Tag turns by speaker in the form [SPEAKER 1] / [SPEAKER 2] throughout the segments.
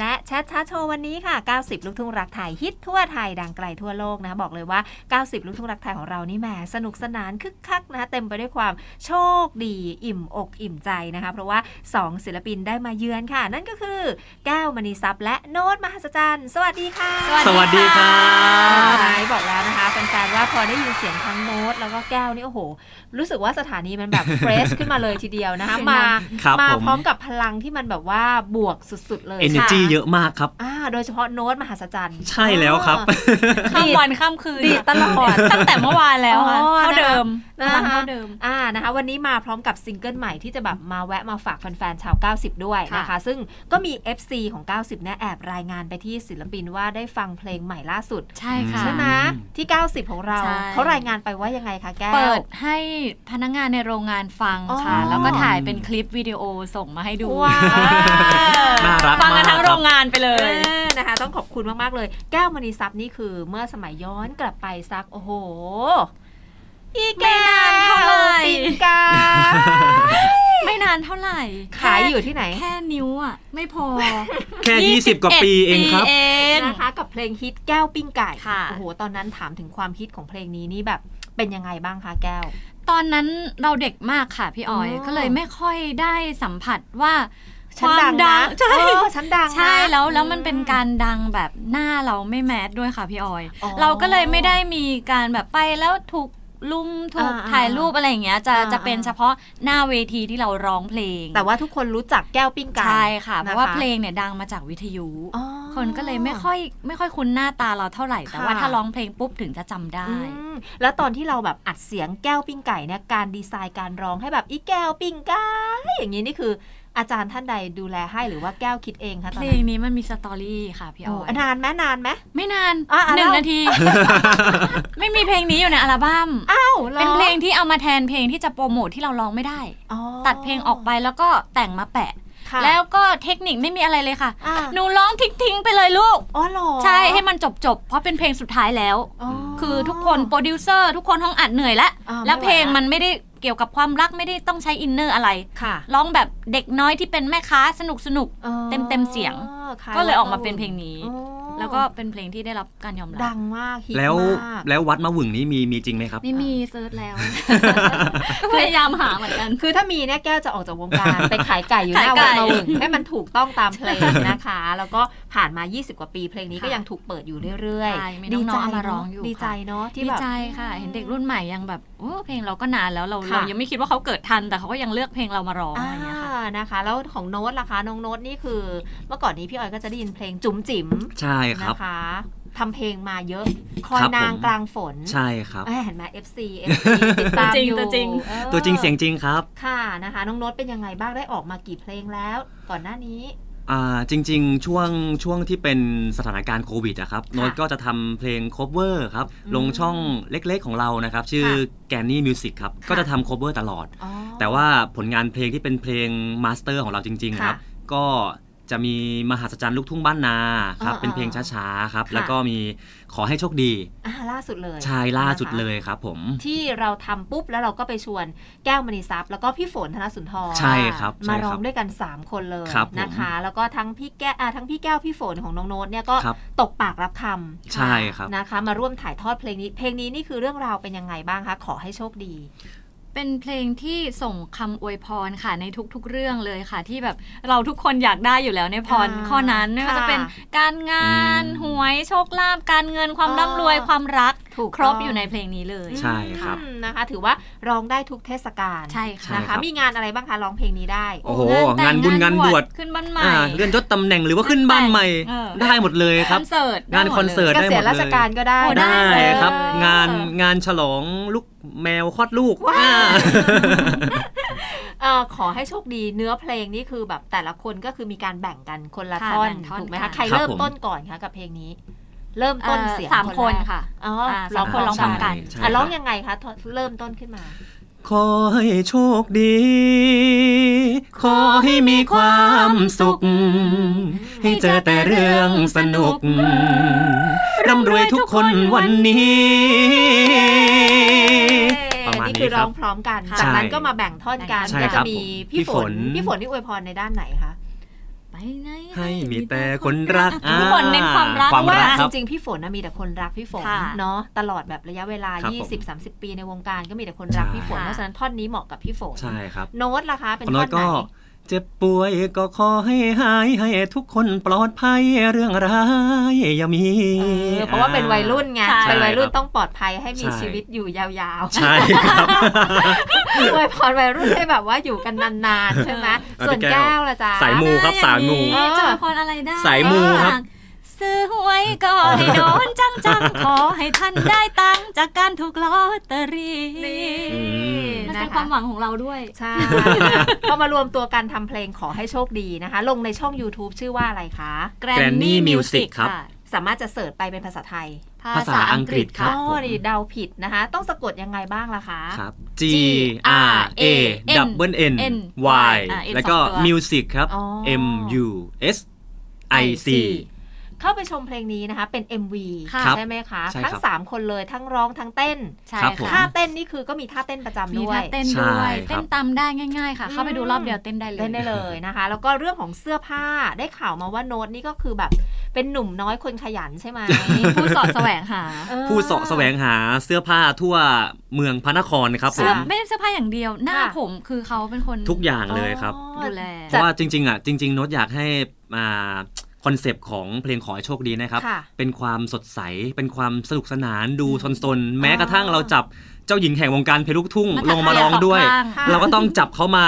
[SPEAKER 1] และแชทช้าโชว์วันนี้ค่ะ 90 ลูกทุ่งรักไทยฮิตทั่วไทย ดังไกลทั่วโลกนะ บอกเลยว่า 90 ลูกทุ่งรักไทยของเรานี่แหมสนุกสนานคึกคักนะ เต็มไปด้วยความโชคดี อิ่มอกอิ่มใจนะคะ เพราะว่า 2 ศิลปินได้มาเยือนค่ะ นั่นก็คือ แก้วมณีทรัพย์และโน้ตมหัศจรรย์ สวัสดีค่ะ
[SPEAKER 2] สวัสดีครั
[SPEAKER 1] ค่ะ
[SPEAKER 2] บ
[SPEAKER 1] ไม้บอกแล้วนะคะแฟนๆว่าพอได้ยินเสียงทั้งโน้ตแล้วก็แก้วนี่โอ้โห รู้สึกว่าสถานีมันแบบ เฟรชขึ้นมาเลยทีเดียวนะคะมา
[SPEAKER 2] ครับ
[SPEAKER 1] มา
[SPEAKER 2] ผม
[SPEAKER 1] พร้อมกับพลังที่มันแบบว่าบวกสุด ๆ เลย
[SPEAKER 2] เอเน
[SPEAKER 1] ค่ะ
[SPEAKER 2] จีเยอะมากครับ
[SPEAKER 1] อ่าโดยเฉพาะโน้ตมหาสจรรย์
[SPEAKER 2] ใช่แล้วครับ
[SPEAKER 1] อ๋อ
[SPEAKER 3] ข้ามวันข้ามคืน
[SPEAKER 1] ดีดตลอด
[SPEAKER 3] ตั้งแต่เมื่อวานแล้วค่ะ
[SPEAKER 1] อ๋อ
[SPEAKER 3] เท่าเดิม
[SPEAKER 1] นะคะ
[SPEAKER 3] พลังเท่าเดิม
[SPEAKER 1] อ่านะคะ วันนี้มาพร้อมกับซิงเกิลใหม่ที่จะแบบมาแวะมาฝากแฟนๆชาว 90 ด้วยนะคะ ซึ่งก็มี FC ของ 90เนี่ยแอบรายงานไปที่ศิลปินว่าได้ฟังเพลงใหม่ล่าสุด
[SPEAKER 3] ใช่ค่ะ
[SPEAKER 1] ใช่ไหมที่ 90 ของเรา
[SPEAKER 3] ใช่
[SPEAKER 1] เขารายงานไปว่ายังไงคะแก้ว
[SPEAKER 3] เปิดให้พนักงานในโรงงานฟังค่ะ
[SPEAKER 1] อ๋อ
[SPEAKER 3] แล้วก็ถ่ายเป็นคลิปวิดีโอส่งมาให้ดู
[SPEAKER 1] ว้าว
[SPEAKER 2] น่ารัก
[SPEAKER 3] ฟังกั
[SPEAKER 2] มาก
[SPEAKER 3] นทั้ง
[SPEAKER 2] ค
[SPEAKER 3] โร
[SPEAKER 2] รับ
[SPEAKER 3] งงานไปเลย
[SPEAKER 1] เออนะคะ ต้องขอบคุณมาก ๆ เลย แก้วมณีทรัพย์นี่คือเมื่อสมัยย้อนกลับไปสัก โอ้โห อีแก้ว
[SPEAKER 3] ไม่นานเท่าไหร่
[SPEAKER 1] ปิ่นกา
[SPEAKER 3] ไม่นานเท่าไหร่
[SPEAKER 1] ขายอยู่ที่ไหน
[SPEAKER 3] แค่นิ้วอ่ะ ไม่พอ
[SPEAKER 2] แค่ 20 กว่าปีเองครับ
[SPEAKER 3] เอง
[SPEAKER 1] นะคะ กับเพลงฮิตแก้วปิ้งไก่โอ้โห ตอนนั้นถามถึงความฮิตของเพลงนี้นี่แบบเป็นยังไงบ้างคะแก้ว
[SPEAKER 3] ตอนนั้นเราเด็กมากค่ะพี่ออย
[SPEAKER 1] อ๋อ
[SPEAKER 3] ก็เลยไม่ค่อยได้สัมผัสว่า
[SPEAKER 1] ฉันดัง
[SPEAKER 3] ควา
[SPEAKER 1] นะ
[SPEAKER 3] มใช่
[SPEAKER 1] เออฉันดังนะ
[SPEAKER 3] ใช่แล้วแล้วมันเป็นการดังแบบหน้าเราไม่แมสด้วยค่ะพี่ออย
[SPEAKER 1] อ๋อ
[SPEAKER 3] เราก็เลยไม่ได้มีการแบบไปแล้วถูกลุมถูก
[SPEAKER 1] อ่า
[SPEAKER 3] ถ่ายรูปอะไรอย่างเงี้ยจะ
[SPEAKER 1] อ่า
[SPEAKER 3] จะเป็น
[SPEAKER 1] อ่า
[SPEAKER 3] เฉพาะหน้าเวทีที่เราร้องเพลง
[SPEAKER 1] แต่ว่าทุกคนรู้จักแก้วปิ้งไก่
[SPEAKER 3] ใช่ค่ะ
[SPEAKER 1] นะคะ
[SPEAKER 3] เพราะว่าเพลงเนี่ยดังมาจากวิทยุ
[SPEAKER 1] อ๋อ
[SPEAKER 3] คนก็เลยไม่ค่อยไม่ค่อยคุ้นหน้าตาเราเท่าไหร่ แต่ว่า
[SPEAKER 1] ค่ะ
[SPEAKER 3] ถ้าร้องเพลงปุ๊บถึงจะจำได้
[SPEAKER 1] อืมแล้วตอนที่เราแบบอัดเสียงแก้วปิ้งไก่เนี่ยการดีไซน์การร้องให้แบบอีแก้วปิ้งไก่อย่างนี้นี่คือ อาจารย์ท่านใดดูแลให้หรือว่าแก้วคิดเองคะต
[SPEAKER 3] เพ
[SPEAKER 1] อน
[SPEAKER 3] ล
[SPEAKER 1] นั้
[SPEAKER 3] ง
[SPEAKER 1] น
[SPEAKER 3] นี้มันมีสตอรี่ค่ะพี่อ
[SPEAKER 1] โอ้
[SPEAKER 3] อย
[SPEAKER 1] นานไหมนานไหม
[SPEAKER 3] ไม่นาน
[SPEAKER 1] อ่ะอ่ะ
[SPEAKER 3] หนึ่ง
[SPEAKER 1] เล่า
[SPEAKER 3] นา ที ไม่มีเพลงนี้อยู่ในอัลบั้ม
[SPEAKER 1] อ้าวหรอ
[SPEAKER 3] เป็นเพลงที่เอามาแทนเพลงที่จะโปรโมทที่เราร้องไม่ได้
[SPEAKER 1] อ๋อ
[SPEAKER 3] ตัดเพลงออกไปแล้วก็แต่งมาแปะ
[SPEAKER 1] ค่ะ
[SPEAKER 3] แล้วก็เทคนิคไม่มีอะไรเลยค่ะ
[SPEAKER 1] อ่ะ
[SPEAKER 3] หนูร้องทิ้งทิ้งๆไปเลยลูก
[SPEAKER 1] อ๋อเหรอ
[SPEAKER 3] ใช่ให้มันจบจบๆเพราะเป็นเพลงสุดท้ายแล้ว
[SPEAKER 1] อ๋อ
[SPEAKER 3] คือทุกคนโปรดิวเซอร์ทุกคนห้องอัดเหนื่อยแล้ว
[SPEAKER 1] อ่า
[SPEAKER 3] แล้ว
[SPEAKER 1] ไม่ไหว
[SPEAKER 3] เพลงมันไม่ได้เกี่ยวกับความรักไม่ได้ต้องใช้อินเนอร์อะไร
[SPEAKER 1] ค่ะ
[SPEAKER 3] ร้องแบบเด็กน้อยที่เป็นแม่ค้าสนุกสนุก
[SPEAKER 1] อ๋อ
[SPEAKER 3] เต็มๆเสียง
[SPEAKER 1] ค่ะ
[SPEAKER 3] ก็เลยออกมาเป็นเพลงนี้
[SPEAKER 1] อ๋อ
[SPEAKER 3] แล้วก็เป็นเพลงที่ได้รับการยอมรั
[SPEAKER 1] ดั
[SPEAKER 3] บ
[SPEAKER 1] งมากฮิต
[SPEAKER 2] แล้ว
[SPEAKER 1] มาก
[SPEAKER 2] แล้ววัดมะหวึงนี้มีมีจริงไหมครับ
[SPEAKER 3] ไม่มีเซิร์ช แล้ว ก็พยายามหาเหมือนกัน
[SPEAKER 1] คือถ้ามีเนี่ยแก้วจะออกจากวงการ ไปขายไก่อยู่หน้า
[SPEAKER 3] ขา
[SPEAKER 1] วัด
[SPEAKER 3] ยไก่
[SPEAKER 1] มาหึงให้มันถูกต้องตามเพลงนะคะ แล้วก็ผ่านมา 20 กว่าปีเพลงนี้ก็
[SPEAKER 3] ค่ะ
[SPEAKER 1] ยังถูกเปิดอยู่เรื่อย
[SPEAKER 3] ใช่มี
[SPEAKER 1] ๆ
[SPEAKER 3] น้อ
[SPEAKER 1] ดีใจ
[SPEAKER 3] งๆเอามาร้องอยู่
[SPEAKER 1] ดีใจ
[SPEAKER 3] ค่ะ
[SPEAKER 1] เนาะที่
[SPEAKER 3] ดี
[SPEAKER 1] แบบ
[SPEAKER 3] ใจค่ะ เห็นเด็กรุ่นใหม่ยังแบบโอ้เพลงเราก็นานแล้วเรา
[SPEAKER 1] ค่ะ
[SPEAKER 3] เรายังไม่คิดว่าเขาเกิดทัน แต่เขาก็ยังเลือกเพลงเรามาร้อง
[SPEAKER 1] อ่า
[SPEAKER 3] อะไรอย่างเงี้ยค่ะ
[SPEAKER 1] นะคะ แล้วของโน้ตล่ะคะน้องโน้ตนี่คือ เมื่อก่อนนี้พี่ออยก็จะได้ยินเพลงจุ๋มจิ๋ม
[SPEAKER 2] ใช่ครับ
[SPEAKER 1] นะคะทำเพลงมาเยอะคอย
[SPEAKER 2] ครับ
[SPEAKER 1] นาง
[SPEAKER 2] ผม
[SPEAKER 1] กลางฝน
[SPEAKER 2] ใช่ครับ
[SPEAKER 1] เอ้ยเห็นไหม FC FC ติดตามอยู่
[SPEAKER 3] ตัวจริง
[SPEAKER 1] ออ
[SPEAKER 2] ตัวจริงเสียงจริงครับ
[SPEAKER 1] ค่ะนะคะน้องโน้ตเป็นยังไงบ้างได้ออกมากี่เพลงแล้ว ก่อนหน้านี้
[SPEAKER 2] อ่าจริง ๆ ช่วงช่วงที่เป็นสถานการณ์โควิดอะครับโน้ตก็จะทำเพลง cover ครับ
[SPEAKER 1] อืม
[SPEAKER 2] ลงช่องเล็กๆของเรานะครับ ชื่อ
[SPEAKER 1] ค่ะ
[SPEAKER 2] แกนนี่มิวสิกครับ
[SPEAKER 1] ค่ะ
[SPEAKER 2] ก็จะทำ cover ตลอด
[SPEAKER 1] อ๋อ
[SPEAKER 2] แต่ว่าผลงานเพลงที่เป็นเพลงมาสเตอร์ของเราจริงๆ
[SPEAKER 1] ค่ะ
[SPEAKER 2] ครับก็จะมีมหัศจรรย์ลูกทุ่งบ้านนาครับ
[SPEAKER 1] อ่า
[SPEAKER 2] เป็นเพลงช้าๆครับ
[SPEAKER 1] ค่ะ
[SPEAKER 2] แล้วก็มีขอให้โชคดี
[SPEAKER 1] อ่าล่าสุดเลย
[SPEAKER 2] ชายล่าสุด
[SPEAKER 1] นะคะ
[SPEAKER 2] เลยครับผม
[SPEAKER 1] ที่เราทำปุ๊บแล้วเราก็ไปชวนแก้วมณีทรัพย์แล้วก็พี่ฝนธนสุนทร
[SPEAKER 2] ใช่ครับใช่
[SPEAKER 1] มา
[SPEAKER 2] ครับ
[SPEAKER 1] ร้องด้วยกัน 3 คนเลย
[SPEAKER 2] ครับผม
[SPEAKER 1] นะคะ แล้วก็ทั้งพี่แก้วอ่าทั้งพี่แก้วพี่ฝนของน้องโน้ตเนี่ยก็
[SPEAKER 2] ครับ
[SPEAKER 1] ตกปากรับคำ
[SPEAKER 2] ใช่ครับ
[SPEAKER 1] นะคะ มาร่วมถ่ายทอดเพลงนี้ เพลงนี้นี่คือเรื่องราวเป็นยังไงบ้างคะ ขอให้โชคดี
[SPEAKER 3] เป็นเพลงที่ส่งคำอวยพรค่ะในทุกๆเรื่องเลยค่ะ ที่แบบเราทุกคนอยากได้อยู่แล้วในพร
[SPEAKER 1] อ่า
[SPEAKER 3] ข้อนั้นไม่ว่า
[SPEAKER 1] ค่ะ
[SPEAKER 3] จะเป็นการงาน
[SPEAKER 2] อืม
[SPEAKER 3] หวยโชคลาภการเงินความ
[SPEAKER 1] อ๋อ
[SPEAKER 3] ร่ำรวยความรัก
[SPEAKER 1] ถูก
[SPEAKER 3] ครบ
[SPEAKER 1] ต้ง
[SPEAKER 3] อยู่ในเพลงนี้เลย
[SPEAKER 2] ใช่ครับ
[SPEAKER 1] อืมนะคะ ถือว่าร้องได้ทุกเทศกาล
[SPEAKER 3] ใช่
[SPEAKER 2] ใช่
[SPEAKER 3] ค่ะ
[SPEAKER 1] นะ
[SPEAKER 2] ครั
[SPEAKER 1] คะ
[SPEAKER 2] บ
[SPEAKER 1] มีงานอะไรบ้างคะร้องเพลงนี้ได้
[SPEAKER 2] โอ้โห
[SPEAKER 3] แต่
[SPEAKER 2] งานบุญงานบวช
[SPEAKER 3] ขึ้นบ้านใหม่
[SPEAKER 2] อ่าเลื่อนยศตำแหน่งหรือว่าขึ้นบ้านใหม่
[SPEAKER 3] เออ
[SPEAKER 2] ได้หมดเลยครับ
[SPEAKER 3] อนเสิร์ต
[SPEAKER 2] งาน
[SPEAKER 3] ได้หมด
[SPEAKER 2] คอนเสิร์ต
[SPEAKER 3] ลย
[SPEAKER 1] เกษียณราชการก็ได้
[SPEAKER 3] โอ้ ได้
[SPEAKER 2] ได้
[SPEAKER 3] เลย
[SPEAKER 2] ครับ
[SPEAKER 1] เออ
[SPEAKER 2] งานงานฉลองลูกแมวคลอดลูกอ่า
[SPEAKER 1] เอ่อขอให้โชคดีเนื้อเพลงนี่คือแบบแต่ละคนก็คือมีการแบ่งกันคนละ
[SPEAKER 3] ค่ะ
[SPEAKER 1] ท่อน
[SPEAKER 3] แบ่งท่อน
[SPEAKER 1] ถูกไหม
[SPEAKER 3] กั
[SPEAKER 1] คะ
[SPEAKER 3] น
[SPEAKER 1] ใคร
[SPEAKER 2] ครับ
[SPEAKER 1] เริ่ม
[SPEAKER 2] ผม
[SPEAKER 1] ต้นก่อนคะกับเพลงนี้ เริ่มต้นเสียง
[SPEAKER 3] อ่อสามคน
[SPEAKER 1] แรก
[SPEAKER 3] ค่ะ
[SPEAKER 1] อ๋อ
[SPEAKER 3] อ่า
[SPEAKER 1] ร้
[SPEAKER 3] สา
[SPEAKER 1] อง
[SPEAKER 3] ม
[SPEAKER 1] พ
[SPEAKER 3] ค
[SPEAKER 1] ร้
[SPEAKER 3] น
[SPEAKER 1] อ
[SPEAKER 3] ร้
[SPEAKER 1] ม
[SPEAKER 3] อง
[SPEAKER 2] ใช่
[SPEAKER 3] พ
[SPEAKER 1] กั
[SPEAKER 3] ร้อน มกัน
[SPEAKER 2] ใช่
[SPEAKER 1] อ่ะร้องยังไงคะท่อนเริ่มต้นขึ้นมา
[SPEAKER 2] ขอให้โชคดี ขอให้มีความสุข ให้เจอแต่เรื่องสนุก ร่ำรวยทุกคนวันนี้ ประมาณ
[SPEAKER 1] นี่คือ
[SPEAKER 2] นี้
[SPEAKER 1] ร้
[SPEAKER 2] ครั
[SPEAKER 1] อบ งพร้อมกัน
[SPEAKER 3] ใช่
[SPEAKER 1] จากนั้นก็มาแบ่งท่อนกัน
[SPEAKER 2] ใช่
[SPEAKER 1] ก็
[SPEAKER 2] ครั
[SPEAKER 1] จะ
[SPEAKER 2] บ
[SPEAKER 1] มี
[SPEAKER 2] ผม
[SPEAKER 1] พี่ฝน
[SPEAKER 2] พี่ฝน
[SPEAKER 1] พี่ฝนนี่อวยพรในด้านไหนคะ
[SPEAKER 3] ไปไหน
[SPEAKER 2] ให้มีแต่คนรัก
[SPEAKER 3] ทุกคนเน้นความรัก
[SPEAKER 2] ความ
[SPEAKER 1] ว่า
[SPEAKER 2] รักครับ
[SPEAKER 1] จริงๆ พี่ฝนน่ะมีแต่คนรักพี่ฝน
[SPEAKER 3] ค่ะ
[SPEAKER 1] เนาะตลอดแบบระยะเวลา
[SPEAKER 2] ครับผม
[SPEAKER 1] 20-30 ปีในวงการก็มีแต่คนรัก
[SPEAKER 2] ใช่
[SPEAKER 1] พี่ฝน
[SPEAKER 3] ค่ะ
[SPEAKER 1] เพราะฉะนั้นท่อนนี้เหมาะกับพี่ฝน
[SPEAKER 2] ใช่ครับ
[SPEAKER 1] โน้ตล่ะคะ เป็น
[SPEAKER 2] คน
[SPEAKER 1] ท่
[SPEAKER 2] น้
[SPEAKER 1] อ
[SPEAKER 2] อ
[SPEAKER 1] ไห
[SPEAKER 2] น ย
[SPEAKER 1] น
[SPEAKER 2] ก็เจ็บป่วยก็ขอให้หายให้ทุกคนปลอดภัยเรื่องร้ายอย่ามี
[SPEAKER 1] เออเพราะว่าเป็นวัยรุ่นไง
[SPEAKER 3] ใช่
[SPEAKER 1] เป็นวัยรุ่น
[SPEAKER 2] ครับ
[SPEAKER 1] ต้องปลอดภัยให้มี
[SPEAKER 2] ใช่
[SPEAKER 1] ชีวิตอยู่ยาวๆ
[SPEAKER 2] ใช่ครับ
[SPEAKER 1] อวยพรวัยรุ่นให้แบบว่าอยู่กันนานๆ ใช่ไหม
[SPEAKER 2] เออ
[SPEAKER 1] ส่วน
[SPEAKER 2] แก้
[SPEAKER 1] แก้ว
[SPEAKER 2] ว
[SPEAKER 1] ล่ะจ๊ะ
[SPEAKER 2] สายมู ครับสายมู
[SPEAKER 3] เออจะเป็นคนอะไรได้
[SPEAKER 2] สายมูครับ
[SPEAKER 3] ซื้อหวยก็ให้โดนจังจังๆขอให้ท่านได้ตังค์จากการถูกลอตเตอรี่
[SPEAKER 1] นี่
[SPEAKER 2] อืม
[SPEAKER 3] นั่น
[SPEAKER 1] นะ
[SPEAKER 3] เป็นค
[SPEAKER 1] คะ
[SPEAKER 3] วามหวังของเราด้วย
[SPEAKER 1] ใช่พอมารวมตัวกันทำเพลงขอให้โชคดีนะคะ ลงในช่อง YouTube ชื่อว่าอะไรคะ
[SPEAKER 2] Granny Music ครับ
[SPEAKER 3] ะ
[SPEAKER 1] สามารถจะเสิร์ชไปเป็นภาษาไทย
[SPEAKER 2] ภาษาอังกฤษ ครั
[SPEAKER 1] อ๋
[SPEAKER 2] บ
[SPEAKER 1] อนี่
[SPEAKER 2] ผม
[SPEAKER 1] เดาผิดนะคะ ต้องสะกดยังไงบ้างล่ะคะ
[SPEAKER 2] ครับ G
[SPEAKER 3] R
[SPEAKER 2] R
[SPEAKER 3] A
[SPEAKER 2] A
[SPEAKER 3] N
[SPEAKER 2] double N
[SPEAKER 3] N
[SPEAKER 2] Y
[SPEAKER 3] Y อ่ะ N
[SPEAKER 2] แล้วก็
[SPEAKER 3] สองตัว
[SPEAKER 2] Music ครับ
[SPEAKER 1] อ๋อ
[SPEAKER 2] M U S I C
[SPEAKER 1] เข้าไปชมเพลงนี้นะคะ เป็น MV
[SPEAKER 3] ค่ะ
[SPEAKER 1] ใช่ไหมคะ
[SPEAKER 2] ใช่ครับ
[SPEAKER 1] ทั้ง 3 คนเลยทั้งร้องทั้งเต้น
[SPEAKER 3] ใช่
[SPEAKER 2] ครับผม
[SPEAKER 1] ท่า
[SPEAKER 3] ค่ะ
[SPEAKER 1] เต้นนี่คือก็มีท่าเต้นประจำ
[SPEAKER 3] มี
[SPEAKER 1] ด้วย
[SPEAKER 3] ท่าเต้นด้
[SPEAKER 2] ใช่
[SPEAKER 3] วย
[SPEAKER 2] ครั
[SPEAKER 3] เต้
[SPEAKER 2] บ
[SPEAKER 3] นตามได้ง่าย ๆ ค่ะ เข้าไปดูรอบเดียวเต้นได้เลย
[SPEAKER 1] เล่นได้เลยนะคะ แล้วก็เรื่องของเสื้อผ้าได้ข่าวมาว่าโน้ตนี่ก็คือแบบเป็นหนุ่มน้อยคนขยันใช่ไหม
[SPEAKER 3] ผู้เสอบแสวงหา
[SPEAKER 1] เออ
[SPEAKER 2] ผู้เสาะแสวงหาเสื้อผ้าทั่วเมืองพระนครครับผ
[SPEAKER 3] เสื้อ
[SPEAKER 2] ม
[SPEAKER 3] ไม่ได้เสื้อผ้าอย่างเดียว หน้า
[SPEAKER 1] ค่ะ
[SPEAKER 3] ผมคือเขาเป็นคน
[SPEAKER 2] ทุกอย่างเลยครับ
[SPEAKER 1] อ๋อ
[SPEAKER 3] ดูแล
[SPEAKER 2] เพ
[SPEAKER 1] จัด
[SPEAKER 2] ราะว่าจริงๆอ่ะจริงๆโน้ตอยากให้มาคอนเซปต์ของเพลงขอให้โชคดีนะครับ
[SPEAKER 1] ค่ะ
[SPEAKER 2] เป็นความสดใส เป็นความสนุกสนานดู
[SPEAKER 1] อืม
[SPEAKER 2] สนๆ แม้กระทั่ง
[SPEAKER 1] อ๋อ
[SPEAKER 2] เราจับเจ้าหญิงแห่งวงการเพลงลูกทุ่ง
[SPEAKER 3] มา
[SPEAKER 2] ลงมาร้องด้วย
[SPEAKER 3] ขอบคุณ
[SPEAKER 1] ค่ะ
[SPEAKER 2] เราก็ต้องจับเขามา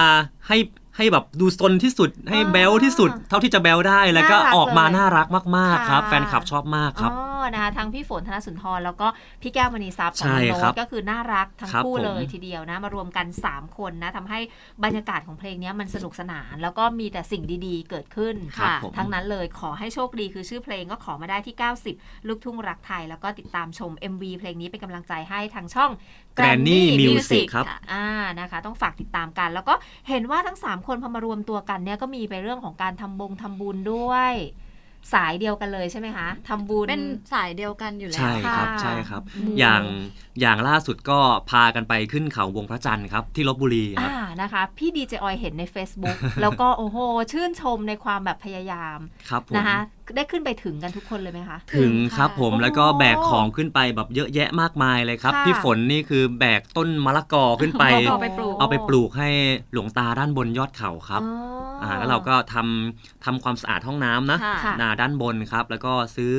[SPEAKER 2] ให้ให้แบบดูสนที่สุด ให้
[SPEAKER 1] อ่า
[SPEAKER 2] แบลที่สุด เท่าที่จะแบลได้แล้วก็
[SPEAKER 1] น่ารัก
[SPEAKER 2] ออกมา
[SPEAKER 1] เลย
[SPEAKER 2] น่ารักมากๆครับ
[SPEAKER 1] ค่ะ
[SPEAKER 2] แฟนคลับชอบมากครับ
[SPEAKER 1] อ๋อนะคะทั้งพี่ฝนธนสุนทรแล้วก็พี่แก้วมณีทรัพย์ของ
[SPEAKER 2] ใช่
[SPEAKER 1] โน้
[SPEAKER 2] ครั
[SPEAKER 1] ต
[SPEAKER 2] บ
[SPEAKER 1] ก็คือน่ารักทั้ง
[SPEAKER 2] ครับ
[SPEAKER 1] คู่เลย
[SPEAKER 2] ผม
[SPEAKER 1] ทีเดียวนะ มารวมกัน 3 คนนะทำให้บรรยากาศของเพลงเนี้ยมันสนุกสนาน แล้วก็มีแต่สิ่งดีๆ เกิดขึ้น
[SPEAKER 2] ครับผม
[SPEAKER 1] ทั้งนั้นเลยขอให้โชคดีคือชื่อเพลงก็ขอมาได้ที่ 90 ลูกทุ่งรักไทย แล้วก็ติดตามชม MV เพลงนี้เป็นกำลังใจให้ทางช่อง
[SPEAKER 2] แกรนนี่
[SPEAKER 1] Granny
[SPEAKER 2] มิว
[SPEAKER 3] Music
[SPEAKER 2] สิกครับ
[SPEAKER 3] ะ
[SPEAKER 1] อ่านะคะ ต้องฝากติดตามกัน แล้วก็เห็นว่าทั้ง 3 คนพอมารวมตัวกันเนี่ยก็มีไปเรื่องของการทำบงทำบุญด้วย สายเดียวกันเลยใช่ไหมคะทำบุญ
[SPEAKER 3] เป็นสายเดียวกันอยู่แล้ว
[SPEAKER 2] ใช่ครับ
[SPEAKER 1] ค่ะ
[SPEAKER 2] ใช่ครับ
[SPEAKER 3] อืม
[SPEAKER 2] อย่างอย่างล่าสุดก็พากันไปขึ้นเขาวงพระจันทร์ครับที่ลบบุรีครับ
[SPEAKER 1] อ่านะคะ พี่ดีเจออยเห็นใน Facebook แล้วก็โอ้โห ชื่นชมในความแบบพยายาม
[SPEAKER 2] ครับผม
[SPEAKER 1] นะคะ ได้ขึ้นไปถึงกันทุกคนเลยไหมคะ
[SPEAKER 2] ถึงครับผม
[SPEAKER 1] โอ้
[SPEAKER 2] แล้วก็แบกของขึ้นไปแบบเยอะแยะมากมายเลยครับ
[SPEAKER 1] ค่ะ
[SPEAKER 2] พี่ฝนนี่คือแบกต้นมะละกอขึ้นไป
[SPEAKER 3] เอาไปปลูก
[SPEAKER 2] เอาไปปลูกให้หลวงตาด้านบนยอดเขาครับ
[SPEAKER 1] อ๋ออ
[SPEAKER 2] ่าแล้วเราก็ทำทำความสะอาดห้องน้ำนะ
[SPEAKER 3] ค่ะ
[SPEAKER 1] ค่ะ
[SPEAKER 2] หนาด้านบนครับ แล้วก็ซื้อ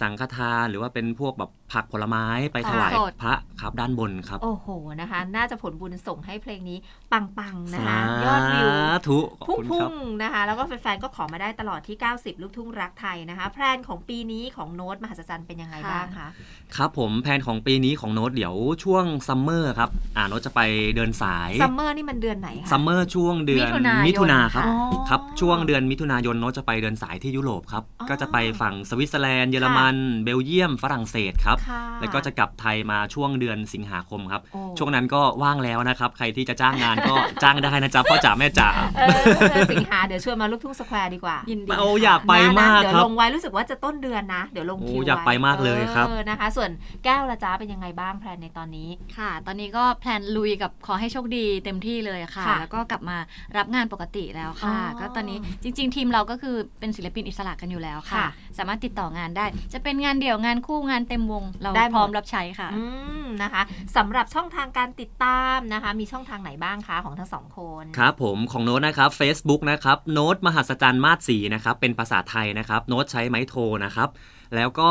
[SPEAKER 2] สังฆทานหรือว่าเป็นพวกแบบผักผลไม้ไป
[SPEAKER 3] ของ
[SPEAKER 2] ถวาย
[SPEAKER 3] สด
[SPEAKER 2] พระครับด้านบนครับ
[SPEAKER 1] โอ้โหนะคะ น่าจะผลบุญส่งให้เพลงนี้ปังๆนะ
[SPEAKER 2] สา
[SPEAKER 1] คะยอดวิว
[SPEAKER 2] ธุขอบ
[SPEAKER 1] พุ่ง
[SPEAKER 2] คุณ
[SPEAKER 1] ๆ
[SPEAKER 2] ครับ
[SPEAKER 1] นะคะ แล้วก็แฟนๆ ก็ขอมาได้ตลอดที่ 90 ลูกทุ่งรักไทยนะคะ แพลนของปีนี้ของโน้ตมหัศจรรย์เป็นยังไง
[SPEAKER 3] ค่ะ
[SPEAKER 1] บ้างคะ
[SPEAKER 2] ครับผมแผนของปีนี้ของโน้ตเดี๋ยวช่วงซัมเมอร์ครับอ่าโน้ตจะไปเดินสาย
[SPEAKER 1] ซัมเมอร์นี่มันเดือนไหนคะ
[SPEAKER 2] ซัมเมอร์ช่วงเดือน
[SPEAKER 3] มิถุนายน
[SPEAKER 2] นาครับ
[SPEAKER 1] อ๋อ
[SPEAKER 2] ครับ ช่วงเดือนมิถุนายนโน้ตจะไปเดินสายที่ยุโรปครับ
[SPEAKER 1] อ๋อ
[SPEAKER 2] ก็จะไปฝั่งสวิตเซอร์แลนด์ เยอรมัน เบลเยียม ฝรั่งเศสครับ
[SPEAKER 1] ค่ะ
[SPEAKER 2] แล้วก็จะกลับไทยมาช่วงเดือนสิงหาคมครับ
[SPEAKER 1] โอ้
[SPEAKER 2] ช่วง นั้นก็ว่างแล้วนะครับ ใครที่จะจ้างงานก็ จ้างได้นะจ๊ะพ่อจ๋าแม่จ๋า
[SPEAKER 1] เออสิงหาเดี๋ยวชวนมาลูกทุ่งสแควร์ดีกว่า
[SPEAKER 3] ยินดี
[SPEAKER 2] เอาอยาก
[SPEAKER 3] ค่ะ
[SPEAKER 2] ไปมา
[SPEAKER 1] นะ
[SPEAKER 2] ก
[SPEAKER 1] เดี๋ยว
[SPEAKER 2] ครับ
[SPEAKER 1] ลงไว้รู้สึกว่าจะต้นเดือนนะ เดี๋ยวลง
[SPEAKER 2] โอ้
[SPEAKER 1] คิวว้
[SPEAKER 2] อยากไปมากเลยครับ
[SPEAKER 1] ออนะคะ ส่วนแก้วละจ้าเป็นยังไงบ้างแพลนในตอนนี้
[SPEAKER 3] ค่ะ ตอนนี้ก็แพลนลุยกับขอให้โชคดีเต็มที่เลยค่ะ
[SPEAKER 1] ค่ะ
[SPEAKER 3] แล้วก็กลับมารับงานปกติแล้วค่ะ
[SPEAKER 1] อ๋อ
[SPEAKER 3] ก็ตอนนี้จริง ๆ ทีมเราก็คือเป็นศิลปินอิสระกันอยู่แล้วค่ะ
[SPEAKER 1] ค่ะ
[SPEAKER 3] สามารถติดต่องานได้ จะเป็นงานเดี่ยวงานคู่งานเต็มวง เรา
[SPEAKER 1] ได้หมด
[SPEAKER 3] พร้อมรับใช้ค่ะ
[SPEAKER 1] อืมนะคะสำหรับช่องทางการติดตามนะคะ มีช่องทางไหนบ้างคะของทั้งสองคน
[SPEAKER 2] ครับผมของโน้ตนะครับ Facebook นะครับโน้ตมหัศจรรย์มาศสีนะครับ เป็นภาษาไทยนะครับ โน้ตใช้ไม้โทรนะครับ แล้วก็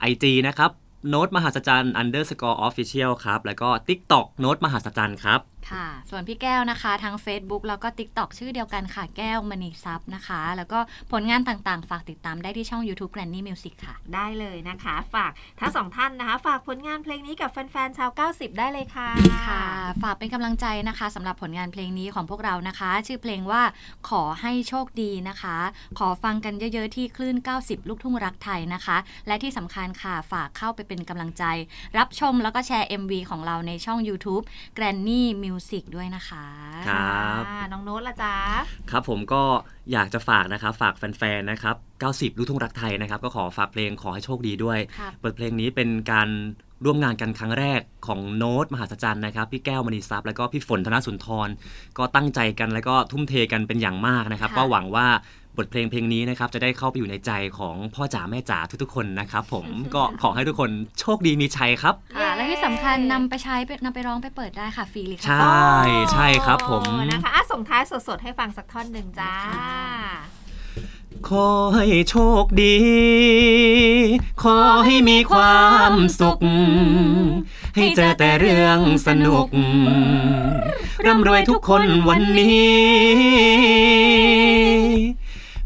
[SPEAKER 2] ไอจีนะครับโน้ตมหัศจรรย์ underscore official ครับแล้วก็ TikTok โน้ตมหัศจรรย์ครับ
[SPEAKER 3] ค่ะ ส่วนพี่แก้วนะคะทั้ง Facebook แล้วก็ TikTok ชื่อเดียวกันค่ะ แก้วมณีทรัพย์นะคะ แล้วก็ผลงานต่างๆ ฝากติดตามได้ที่ช่อง YouTube Granny Music ค่ะ
[SPEAKER 1] ได้เลยนะคะ ฝากทั้งสองท่านนะคะ ฝากผลงานเพลงนี้กับแฟนๆ ชาว 90 ได้เลยค่ะ
[SPEAKER 3] ค่ะฝากเป็นกำลังใจนะคะสำหรับผลงานเพลงนี้ของพวกเรานะคะ ชื่อเพลงว่าขอให้โชคดีนะคะ ขอฟังกันเยอะๆที่คลื่น 90 ลูกทุ่งรักไทยนะคะ และที่สำคัญค่ะฝากเข้าไปเป็นกำลังใจ รับชมแล้วก็แชร์ MV ของเราในช่อง YouTube Granny Music Music ด้วยนะคะ
[SPEAKER 2] ครับ
[SPEAKER 1] ะน้องโน้ตละจ๊ะ
[SPEAKER 2] ครับผมก็อยากจะฝากนะครับ ฝากแฟนๆนะครับ 90 ลูกทุ่งรักไทยนะครับ ก็ขอฝากเพลงขอให้โชคดีด้วย
[SPEAKER 3] ครับ
[SPEAKER 2] เปิดเพลงนี้เป็นการร่วมงานกันครั้งแรกของโน้ตมหาสจรรย์นะครับ พี่แก้วมณีทรัพย์แล้วก็พี่ฝนธนสุนทร ก็ตั้งใจกันแล้วก็ทุ่มเทกันเป็นอย่างมากนะครับ
[SPEAKER 3] ค่ะ
[SPEAKER 2] ก็หวังว่าบทเพลงเพลงนี้นะครับจะได้เข้าไปอยู่ในใจของพ่อจ๋าแม่จ๋าทุกๆคนนะครับผม ก็ขอให้ทุกคนโชคดีมีชัยครับ
[SPEAKER 3] ค่ะและที่สำคัญนำไปใช้ไปนำไปร้องไปเปิดได้ค่ะฟรีเลย
[SPEAKER 2] ใช่
[SPEAKER 3] ค่ะ
[SPEAKER 2] ใช่ครับผม
[SPEAKER 1] นะคะอ่ะส่งท้ายสดๆ ให้ฟังสักท่อนหนึ่งจ้า
[SPEAKER 2] ขอให้โชคดี ขอให้มีความสุข ให้เจอแต่เรื่องสนุก ร่ำรวยทุกคนวันนี้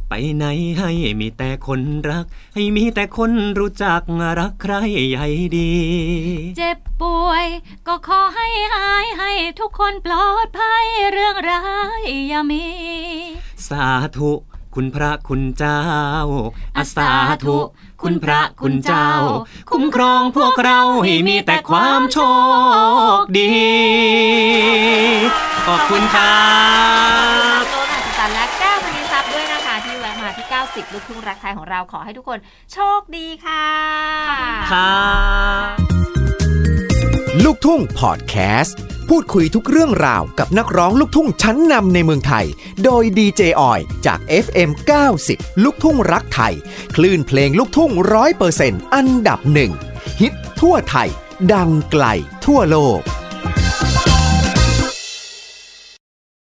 [SPEAKER 2] ไปไหนให้มีแต่คนรัก ให้มีแต่คนรู้จักรักใครใหญ่ดี
[SPEAKER 3] เจ็บป่วย ก็ขอให้หายให้ทุกคนปลอดภัยเรื่องร้ายอย่ามี
[SPEAKER 2] สาธุคุณพระคุณเจ้าอาสาธุ คุณพระคุณเจ้า คุ้มครองพวกเราให้มีแต่ความโชคดี ขอบคุณครับ
[SPEAKER 1] โดนอาจารย์และแก้วมณีทรัพย์ด้วยนะคะ ที่แวะมาที่ 90 ลูกทุ่งรักไทยของเราขอให้ทุกคนโชคดีค่ะ
[SPEAKER 2] ครับ
[SPEAKER 4] ลูกทุ่งพอดแคสต์ พูดคุยทุกเรื่องราวกับนักร้องลูกทุ่งชั้นนำในเมืองไทย โดยดีเจออยจาก FM 90 ลูกทุ่งรักไทย คลื่นเพลงลูกทุ่งร้อยเปอร์เซนต์อันดับหนึ่งฮิตทั่วไทย ดังไกลทั่วโลก